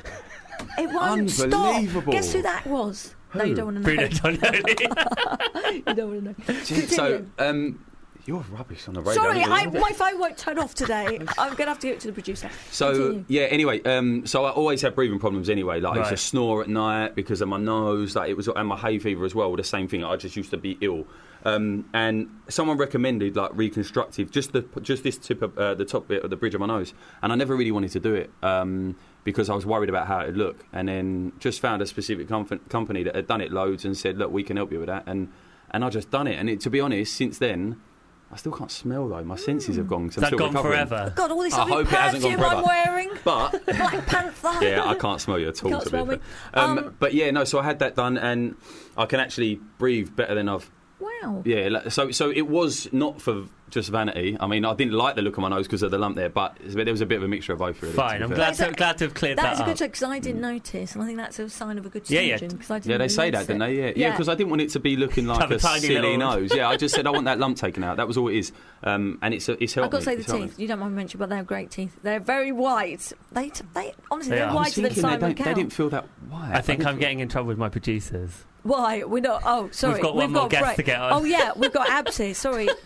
It won't stop. Unbelievable. Guess who that was? No, you don't want to know. Bruno Tonelli. you don't want to know. Continue. so um, you're rubbish on the radio. Sorry, aren't you? I, my phone won't turn off today. I'm going to have to give it to the producer. So Continue. yeah. Anyway, um, so I always had breathing problems anyway. Like I Right. used to snore at night because of my nose. Like it was, and my hay fever as well. The same thing. I just used to be ill. Um, and someone recommended like reconstructive, just the just this tip of uh, the top bit of the bridge of my nose. And I never really wanted to do it um, because I was worried about how it'd look. And then just found a specific comf- company that had done it loads and said, look, we can help you with that. And and I just done it. And it, to be honest, since then. I still can't smell though. My senses have gone. 'cause I'm That still gone recovering. forever. God, all this I lovely hope it hasn't gone perfume I'm forever. wearing. But Black Panther. yeah, I can't smell you at all. Can't to be smell me. fair. Um, Um, but yeah, no. So I had that done, and I can actually breathe better than I've. Wow. Yeah. like- So so it was not for just vanity. I mean, I didn't like the look of my nose because of the lump there, but but there was a bit of a mixture of both. Really, to Fine, be I'm fair. glad That to, is a- glad to have cleared That's that, a good up. joke because I didn't notice, and I think that's a sign of a good Yeah, yeah. surgeon. Because I didn't uh, mm. Yeah, they say that, notice didn't it. they? Yeah, yeah. Because I didn't want it to be looking like Have a a tiny silly little- nose. Yeah, I just said I want that lump taken out. That was all it is, um, and it's it's I've helped. got to me. say the It's helped me. teeth. You don't mind mentioning, but they're great teeth. They're very white. They, t- they honestly, They they are. are I I was whiter than thinking they, Simon don't, they Cowell. didn't feel that wide. I think didn't I'm feel- getting in trouble with my producers. Why? We're not. Oh, sorry. got one more guest break. to get on. Oh yeah, we've got Absy. Sorry.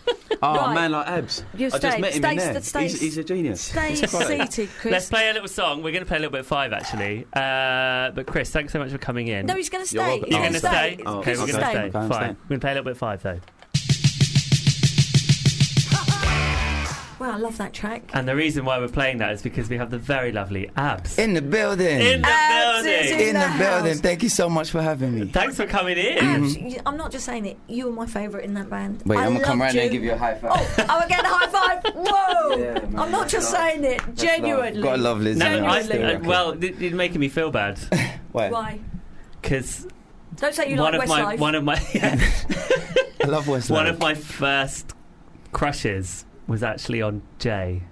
Oh Right. man, like abs. You I just stay- met him stay- in there. stay- he's, he's a genius. Stay He's quite- seated, Chris. Let's play a little song. We're going to play a little bit of five, actually. Uh, but Chris, thanks so much for coming in. No, he's going to You're stay. welcome. You're Oh, going to he's stay? Oh, okay, Chris we're is going to gonna staying. stay. Okay, I'm Fine. staying. We're going to play a little bit of five, though. Well, I love that track. And the reason why we're playing that is because we have the very lovely abs. In the building. In the Abs is building. Mm-hmm. in In the, the building. house. Thank you so much for having me. Thanks for coming in. Abs, you- I'm not just saying it. You were my favourite in that band. Wait, I I'm gonna come loved right now and give you a high five. Oh, I'm getting a high five. Whoa! Yeah, man, I'm not that's just love. saying it. genuinely. Got a love Liz. No, man. I, Genuinely. uh, well, it, it's making me feel bad Why? Why? because Don't say you one, like of my Westlife. one of my I love Westlife. one of my first crushes was actually on Jay.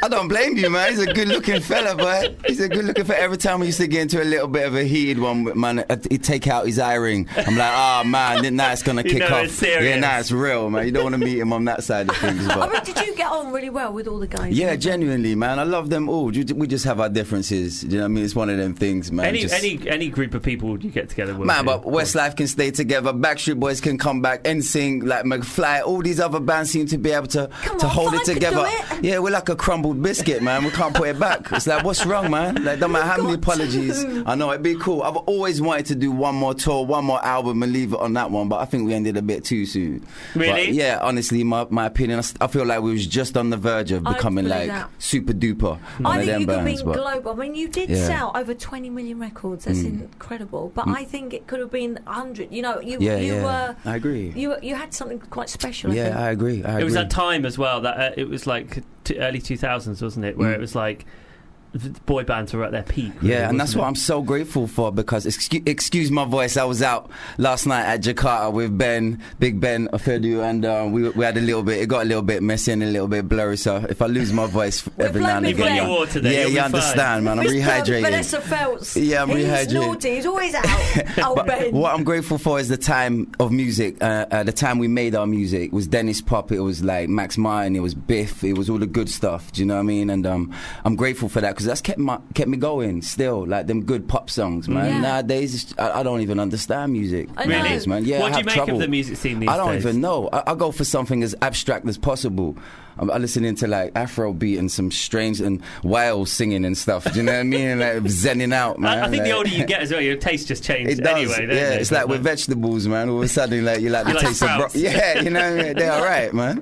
I don't blame you, man. He's a good-looking fella, but he's a good-looking fella. Every time we used to get into a little bit of a heated one, with man, uh, he'd take out his eye ring. I'm like, oh man, now it's gonna You kick know off. it's serious. Yeah, now it's real, man. You don't want to meet him on that side of things, but. I mean, did you get on really well with all the guys? Yeah, genuinely, man. I love them all. Ju- We just have our differences. Do you know what I mean? It's one of them things, man. any Just- any any group of people you get together with, Man, do. but Westlife can stay together. Backstreet Boys can come back. NSYNC, like McFly, all these other bands seem to be able to Come to on, hold Five it could together. do it. Yeah, we're like a crumbled biscuit, man. We can't put it back. It's like, what's wrong, man? Like, don't matter how many We've got apologies. to. I know it'd be cool. I've always wanted to do one more tour, one more album, and leave it on that one. But I think we ended a bit too soon. Really? But yeah, honestly, my, my opinion. I s- I feel like we was just on the verge of I becoming believe like that. super duper. I of think them you could be bands, but- global. I mean, you did Yeah. Mm. sell over 20 million records. That's incredible. But I think it could have been 100. You know, you Yeah, you yeah. were. I agree. You were- you had something quite special. I think. yeah, I agree. I agree. it was that time as well that uh, it was like t- early two thousands, wasn't it? Where Mm. it was like the boy bands were at their peak. really, Yeah, and that's wasn't what it? I'm so grateful for because excuse, excuse my voice, I was out last night at Jakarta with Ben, Big Ben Afedu, and uh, we we had a little bit. It got a little bit messy and a little bit blurry. So if I lose my voice f- We're every now and blaming again, Ben. uh, You're water then, yeah, you'll you be fine. understand, man. I'm Mr. rehydrating. Vanessa Feltz. Yeah, I'm he's rehydrating. naughty. He's always out. Oh, Ben. What I'm grateful for is the time of music. Uh, uh, the time we made our music it was Dennis Pop. It was like Max Martin. It was Biff. It was all the good stuff. Do you know what I mean? And um, I'm grateful for that because that's kept my kept me going still. Like them good pop songs, man. Yeah. Nowadays, it's- I, I don't even understand music. I nowadays, know. man. Yeah, What I do have you make of trouble. the music scene these I don't days? even know. I, I go for something as abstract as possible. I'm, I'm listening to like Afrobeat and some strange and whales singing and stuff. Do you know what I mean? Like zenning out, man. I, I think the like- older you get as well, your taste just changes It does. anyway. don't yeah, they? it's like with vegetables, man. All of a sudden, like you like the You like taste of sprouts. bro- yeah, you know, what I mean? they're all right, man.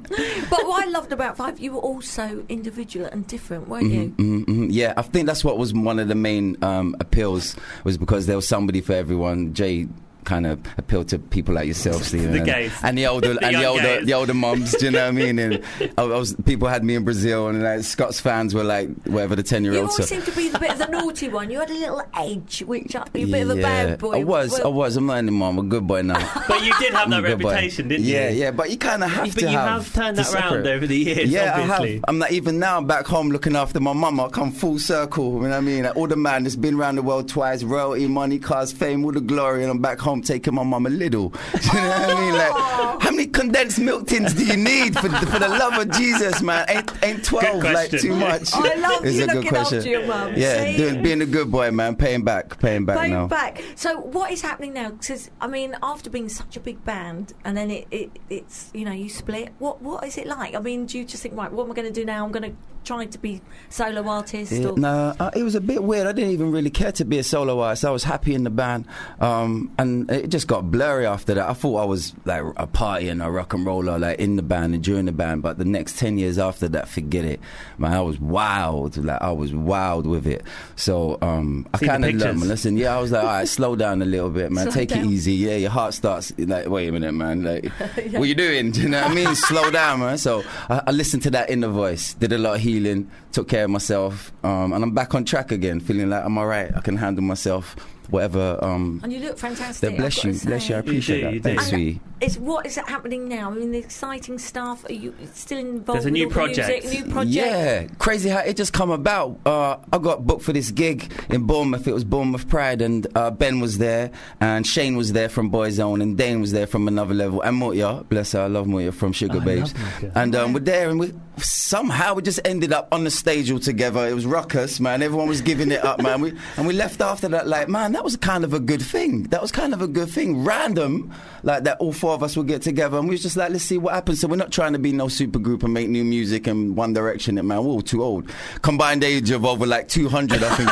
But what I loved about Five, you were all so individual and different, weren't you? Mm-hmm, hmm Yeah, I think that's what was one of the main um, appeals was because there was somebody for everyone. Jay kind of appealed to people like yourself, Stephen, The and, gays. and the older The and the young older gays. the older mums. Do you know what I mean? And I was, people had me in Brazil, and like Scots fans were like whatever the ten year You olds. always seemed to be the bit of the naughty one. You had a little edge, which I, you're a bit of a Yeah, bad boy. I was, Well, I was. I'm not anymore. I'm a good boy now. But you did have that I'm a good boy. reputation, didn't you? Yeah, yeah. But you kind of have But to you have. have turned to that round separate. over the years, Yeah, I obviously. have. I'm not even now. I'm back home looking after my mum. I come full circle. You know what I mean? Like, all the man that's been around the world twice, royalty, money, cars, fame, all the glory, and I'm back home taking my mum a little. You know what I mean? Like, how many condensed milk tins do you need for, for the love of Jesus, man? Ain't ain't twelve like question. too much? I love It's you a good looking question. after your mum. Yeah, See? doing, being a good boy, man. Paying back, paying back Going now. back. So what is happening now? Because I mean, after being such a big band, and then it, it it's you know you split. What what is it like? I mean, do you just think right? What am I going to do now? I'm going to try to be solo artist. Yeah, or, no, uh, it was a bit weird. I didn't even really care to be a solo artist. I was happy in the band, um, and it just got blurry after that. I thought I was like a party and a rock and roller, like in the band and during the band. But the next ten years after that, forget it, man. I was wild, like I was wild with it. So um, I Seen the kind of learned. pictures. Listen, yeah, I was like, all right, slow down a little bit, man. Slow Take down. it easy. Yeah, your heart starts like, wait a minute, man. Like, what you doing? Do you know what I mean? slow down, man. So I, I listened to that inner voice, did a lot of healing, took care of myself, um, and I'm back on track again, feeling like I'm all right. I can handle myself, whatever. Um, and you look fantastic. they I've bless gotta you, bless say. you. I do, appreciate you that. do. Thanks, And- sweetie. It's what is happening now? I mean, the exciting stuff. Are you still involved? There's a new with all the project. music, new project. Yeah, crazy how it just come about. Uh, I got booked for this gig in Bournemouth. It was Bournemouth Pride, and uh, Ben was there, and Shane was there from Boyzone, and Dane was there from Another Level, and Moya, bless her, I love Moya from Sugar I Babes. love Moya. And um, we're there, Uh-huh. and we somehow we just ended up on the stage all together. It was ruckus, man. Everyone was giving it up, man. We, and we left after that like, man, that was kind of a good thing. That was kind of a good thing. Random, like that. All four of us would get together, and we was just like, let's see what happens. So we're not trying to be no super group and make new music and One Direction. It man, we're all too old. Combined age of over like two hundred, I think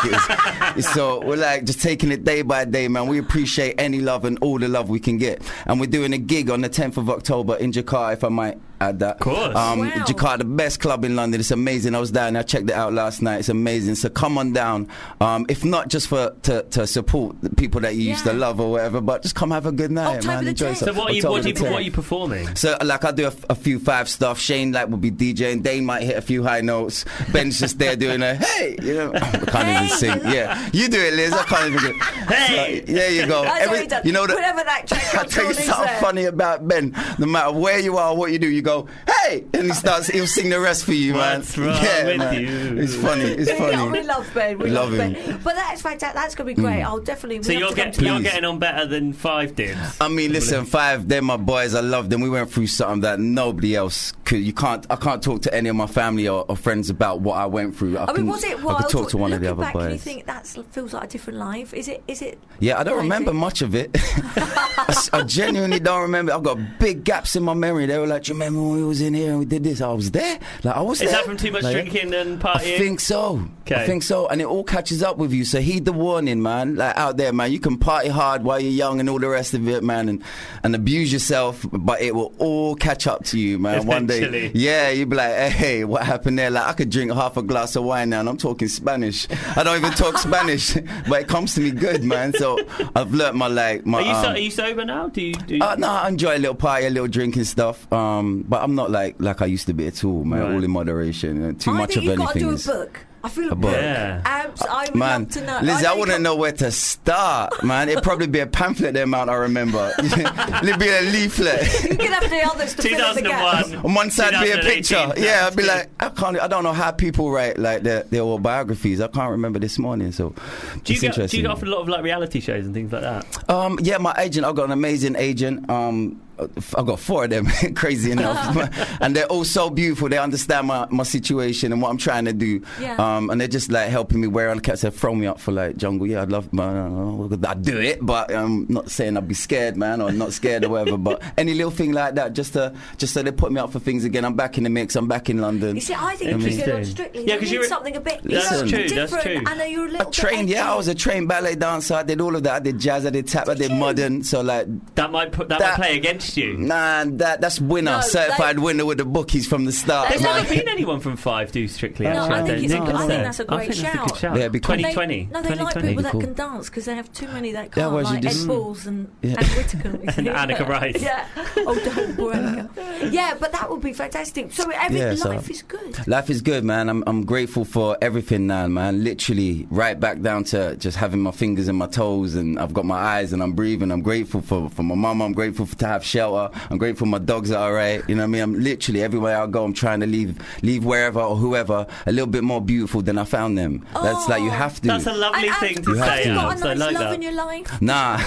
it is. so we're like just taking it day by day, man. We appreciate any love and all the love we can get. And we're doing a gig on the tenth of October in Jakarta, if I might add that. Of course. Um, Wow. Jakarta, the best club in London. It's amazing. I was down. there. I checked it out last night. It's amazing. So come on down. Um, if not just for to, to support the people that you used to Yeah. love or whatever, but just come have a good night, October man. the Enjoy 10th. So yourself. what are, you, October what, do you, the what are 10th. you performing? So like I do a, f- a few five stuff. Shane like will be DJing. Dane might hit a few high notes. Ben's just there doing a hey, you know. I can't even Hey. sing. Yeah, you do it, Liz. I can't even. Do it. Hey. So, there you go. That's Every- what he does. you know the- Oh, whatever that track I comes tell on you is something there. funny about Ben. No matter where you are, what you do, you go, "Hey!" and he starts. He'll sing the rest for you, man. What's wrong with you? It's funny. It's Yeah, we funny. love Ben. We Love love, him. Mm. Ben. But that's fantastic. That's going to be great. I'll definitely. So we have you're, to come get, to you're that. getting on better than five dibs. I mean, listen, five. They're my boys. I love them. We went through something that nobody else could. You can't. I can't talk to any of my family or, or friends about what I went through. I, I mean, can, was it I wild? could talk to one of the Looking other back, boys. Can you think that feels like a different life? Is it? Is it? Yeah, I don't crazy? remember much of it. I, s- I genuinely don't remember. I've got big gaps in my memory. They were like, "Do you remember when we was in here and we did this? I was there. Like I was Is there." that from too much Like- drinking and I partying? think so. I Okay. think so, and it all catches up with you. So heed the warning, man. Like out there, man, you can party hard while you're young and all the rest of it, man, and, and abuse yourself, but it will all catch up to you, man. One day, Eventually. yeah, you'll be like, hey, what happened there? Like I could drink half a glass of wine now, and I'm talking Spanish. I don't even talk Spanish, but it comes to me good, man. So I've learnt my like my. are, you so, um, are you sober now? Do you? Do you uh, no, I enjoy a little party, a little drinking stuff, um, but I'm not like like I used to be at all, man. Right. All in moderation. and Too I much think of you've anything got to do a is- book. I feel a, book. Yeah. Abs, I would Man, love to know. Liz, I, know you wouldn't got- know where to start, man. It'd probably be a pamphlet, the amount I remember. It'd be a leaflet. You can have the others to fill in the gaps. 2001. On one side, be a picture. 2018. Yeah, I'd be like, I can't. I don't know how people write like their, their autobiographies. I can't remember this morning, so Do you, it's get, interesting. do you get off a lot of like reality shows and things like that? Um, yeah, my agent. I've got an amazing agent. Um, I've got four of them, crazy enough, and they're all so beautiful. They understand my, my situation and what I'm trying to do, Yeah. um, and they're just like helping me where I can. So throw me up for like jungle. Yeah, I'd love, man. I'd do it, but I'm not saying I'd be scared, man, or not scared or whatever. But any little thing like that, just to just so they put me up for things again. I'm back in the mix. I'm back in London. You see, I think I you should mean- go on Strictly. Yeah, you 'cause need you're- something a bit That's you know, true, different. that's true. I know you're a little I trained, bit yeah, I was a trained ballet dancer. I did all of that. I did jazz, I did tap, I did modern. So like that might put that, might play against you. Nah, that that's winner, No, certified they- winner with the bookies from the start. Oh, There's man. never been anyone from Five do strictly. No, actually, I, I think don't it's- think I is think there? that's a I great think that's a good shout. shout. Yeah, because- They- 2020. no, they like 2020. people that can dance because they have too many that Yeah, can't, whereas you like just- Ed Balls and Yeah. Anne Whittaker. you And see. Annika Rice. yeah. Oh, don't bore Annika. Yeah, but that would be fantastic. So every Yeah, so- life is good. Life is good, man. I'm I'm grateful for everything now, man. Literally, right back down to just having my fingers and my toes, and I've got my eyes, and I'm breathing. I'm grateful for for my mum. I'm grateful for, to have shelter. I'm grateful my dogs are alright. You know what I mean? I'm literally everywhere I go. I'm trying to leave leave wherever or whoever a little bit more beautiful than I found them. That's like you have to. That's a lovely And- thing and to You have say. to. You've um, got Alex. a I nice like love that. in your life. Nah.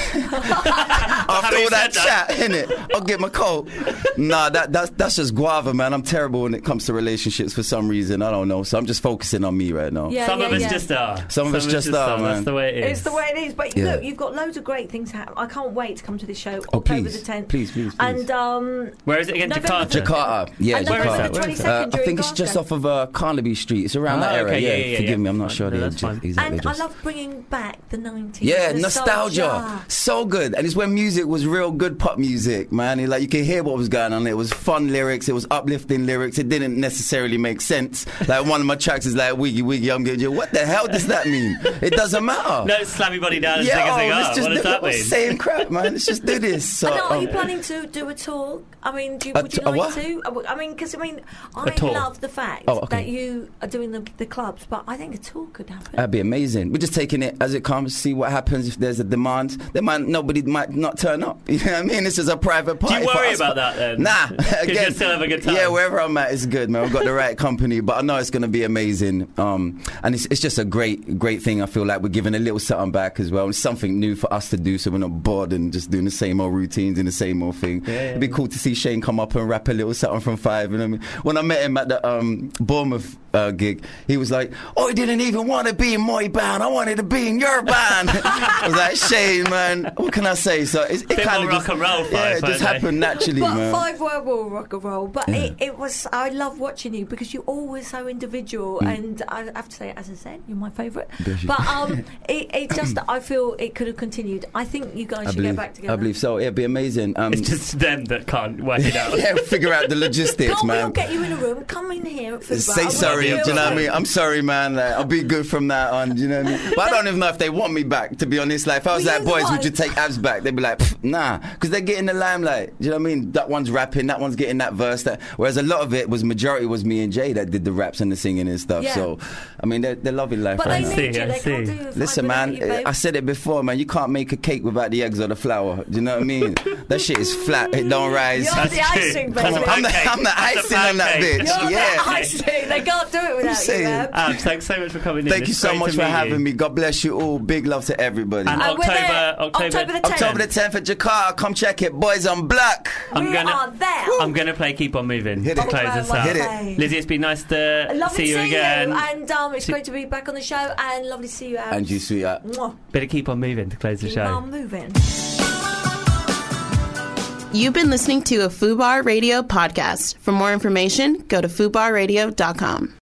After all Having that said that- chat, innit? I'll get my coat. Nah, that, that's, that's just guava, man. I'm terrible when it comes to relationships for some reason. I don't know. So I'm just focusing on me right now. Yeah, Some yeah, of us yeah. just are. Some of us just are, man. That's the way it is. It's the way it is. But Yeah. look, you've got loads of great things happening. I can't wait to come to this show. Oh, October please. the 10th. Please, please, please. And um, Where is it again? November Jakarta. the- Jakarta. Yeah, And Jakarta. November the Where is it? 22nd Uh, I during think it's just Glasgow. off of uh, Carnaby Street. It's around Ah, that area. okay, yeah, yeah, forgive yeah. me. I'm not Fine. sure No, the that's exact- fine. exact and I address. love bringing back the 90s. Yeah, nostalgia. nostalgia. So good. And it's when music was real good pop music, man. It, like you could hear what was going on. It was fun lyrics, it was uplifting lyrics. It didn't necessarily make sense. Like one of my tracks is like Wiggy Wiggy, I'm getting you. What the hell does that mean? It doesn't matter. No, slam your body down and yeah, sing a oh, thing let's up. just What does do that the mean? same crap, man. Let's just do this. So, I know, are you um, planning to do a tour? I mean, do, you- A would you t- a like what? to? I w- I mean, because I mean, I tour. love the fact Oh, okay. that you are doing the, the clubs, but I think a tour could happen. That'd be amazing. We're just taking it as it comes, see what happens. If there's a demand, there might nobody might not turn up. You know what I mean? This is a private you party. for worry us. about that then? Nah, 'Cause you're again, still having a good time. Yeah, wherever I'm at is good, man. We've got the right company, but I know it's gonna be amazing. Um, and it's it's just a great great thing. I feel like we're giving a little something back as well. It's something new for us to do, so we're not bored and just doing the same old routines and the same old thing. It'd be cool to see Shane come up and rap a little something from Five. You know what I mean? When I met him at the um, Bournemouth uh, gig, he was like, "Oh, I didn't even want to be in my band. I wanted to be in your band." I was like, "Shane, man, what can I say?" So it's, it Bit more kind of rock just, and roll, Five, yeah, it just aren't they? happened naturally, but man. five were all rock and roll. But it, it was. I love watching you because you're always so individual, Mm. and I have to say, as I said, you're my favourite. But um, it, it just. I feel it could have continued. I think you guys I should believe, get back together. I believe so. It'd be amazing. Um, It's just them that can't work it out. yeah, figure out the logistics, Can't we all man. get you in a room? Come in here. at Fubar. I Say will sorry, feel do you know what I like- mean? I'm sorry, man. Like, I'll be good from that on, do you know what I mean? But I don't even know if they want me back, to be honest. Like, if I was Well, you're like, the boys, one." would you take abs back? They'd be like, "Pff, nah, because they're getting the limelight. Do you know what I mean? That one's rapping, that one's getting that verse. That Whereas a lot of it was, majority was me and Jay that did the raps and the singing and stuff. Yeah. So, I mean, they're, they're loving life But they right now. I need see, you. I They can't see. do. it. Listen, I man, believe you, eh, I babe. said it before, man. You can't make a cake without the eggs or the flour. Do you know what I mean? that shit is flat. It don't rise. You're That's the icing, baby. true. Come on, I'm the, I'm the That's a icing on that pancake. bitch. You're yeah. the icing. They can't do it without you, saying. man. Abs, Um, thanks so much for coming in. Thank It's you so great much to for meet having you. me. God bless you all. Big love to everybody. And And we're October, there. October, October the 10th. October the 10th at Jakarta. Come check it, boys on black. I'm we gonna, are there. I'm going to play Keep On Moving Hit to it. close Oh, us my out. Hit it. Lizzie, it's been nice to Lovely see to you again. and um, it's See- great to be back on the show. And lovely to see you, Ab. And you, sweetheart. Mwah. Better keep on moving to close the You are show. moving. You've been listening to a FUBAR Radio podcast. For more information, go to fubarradio.com.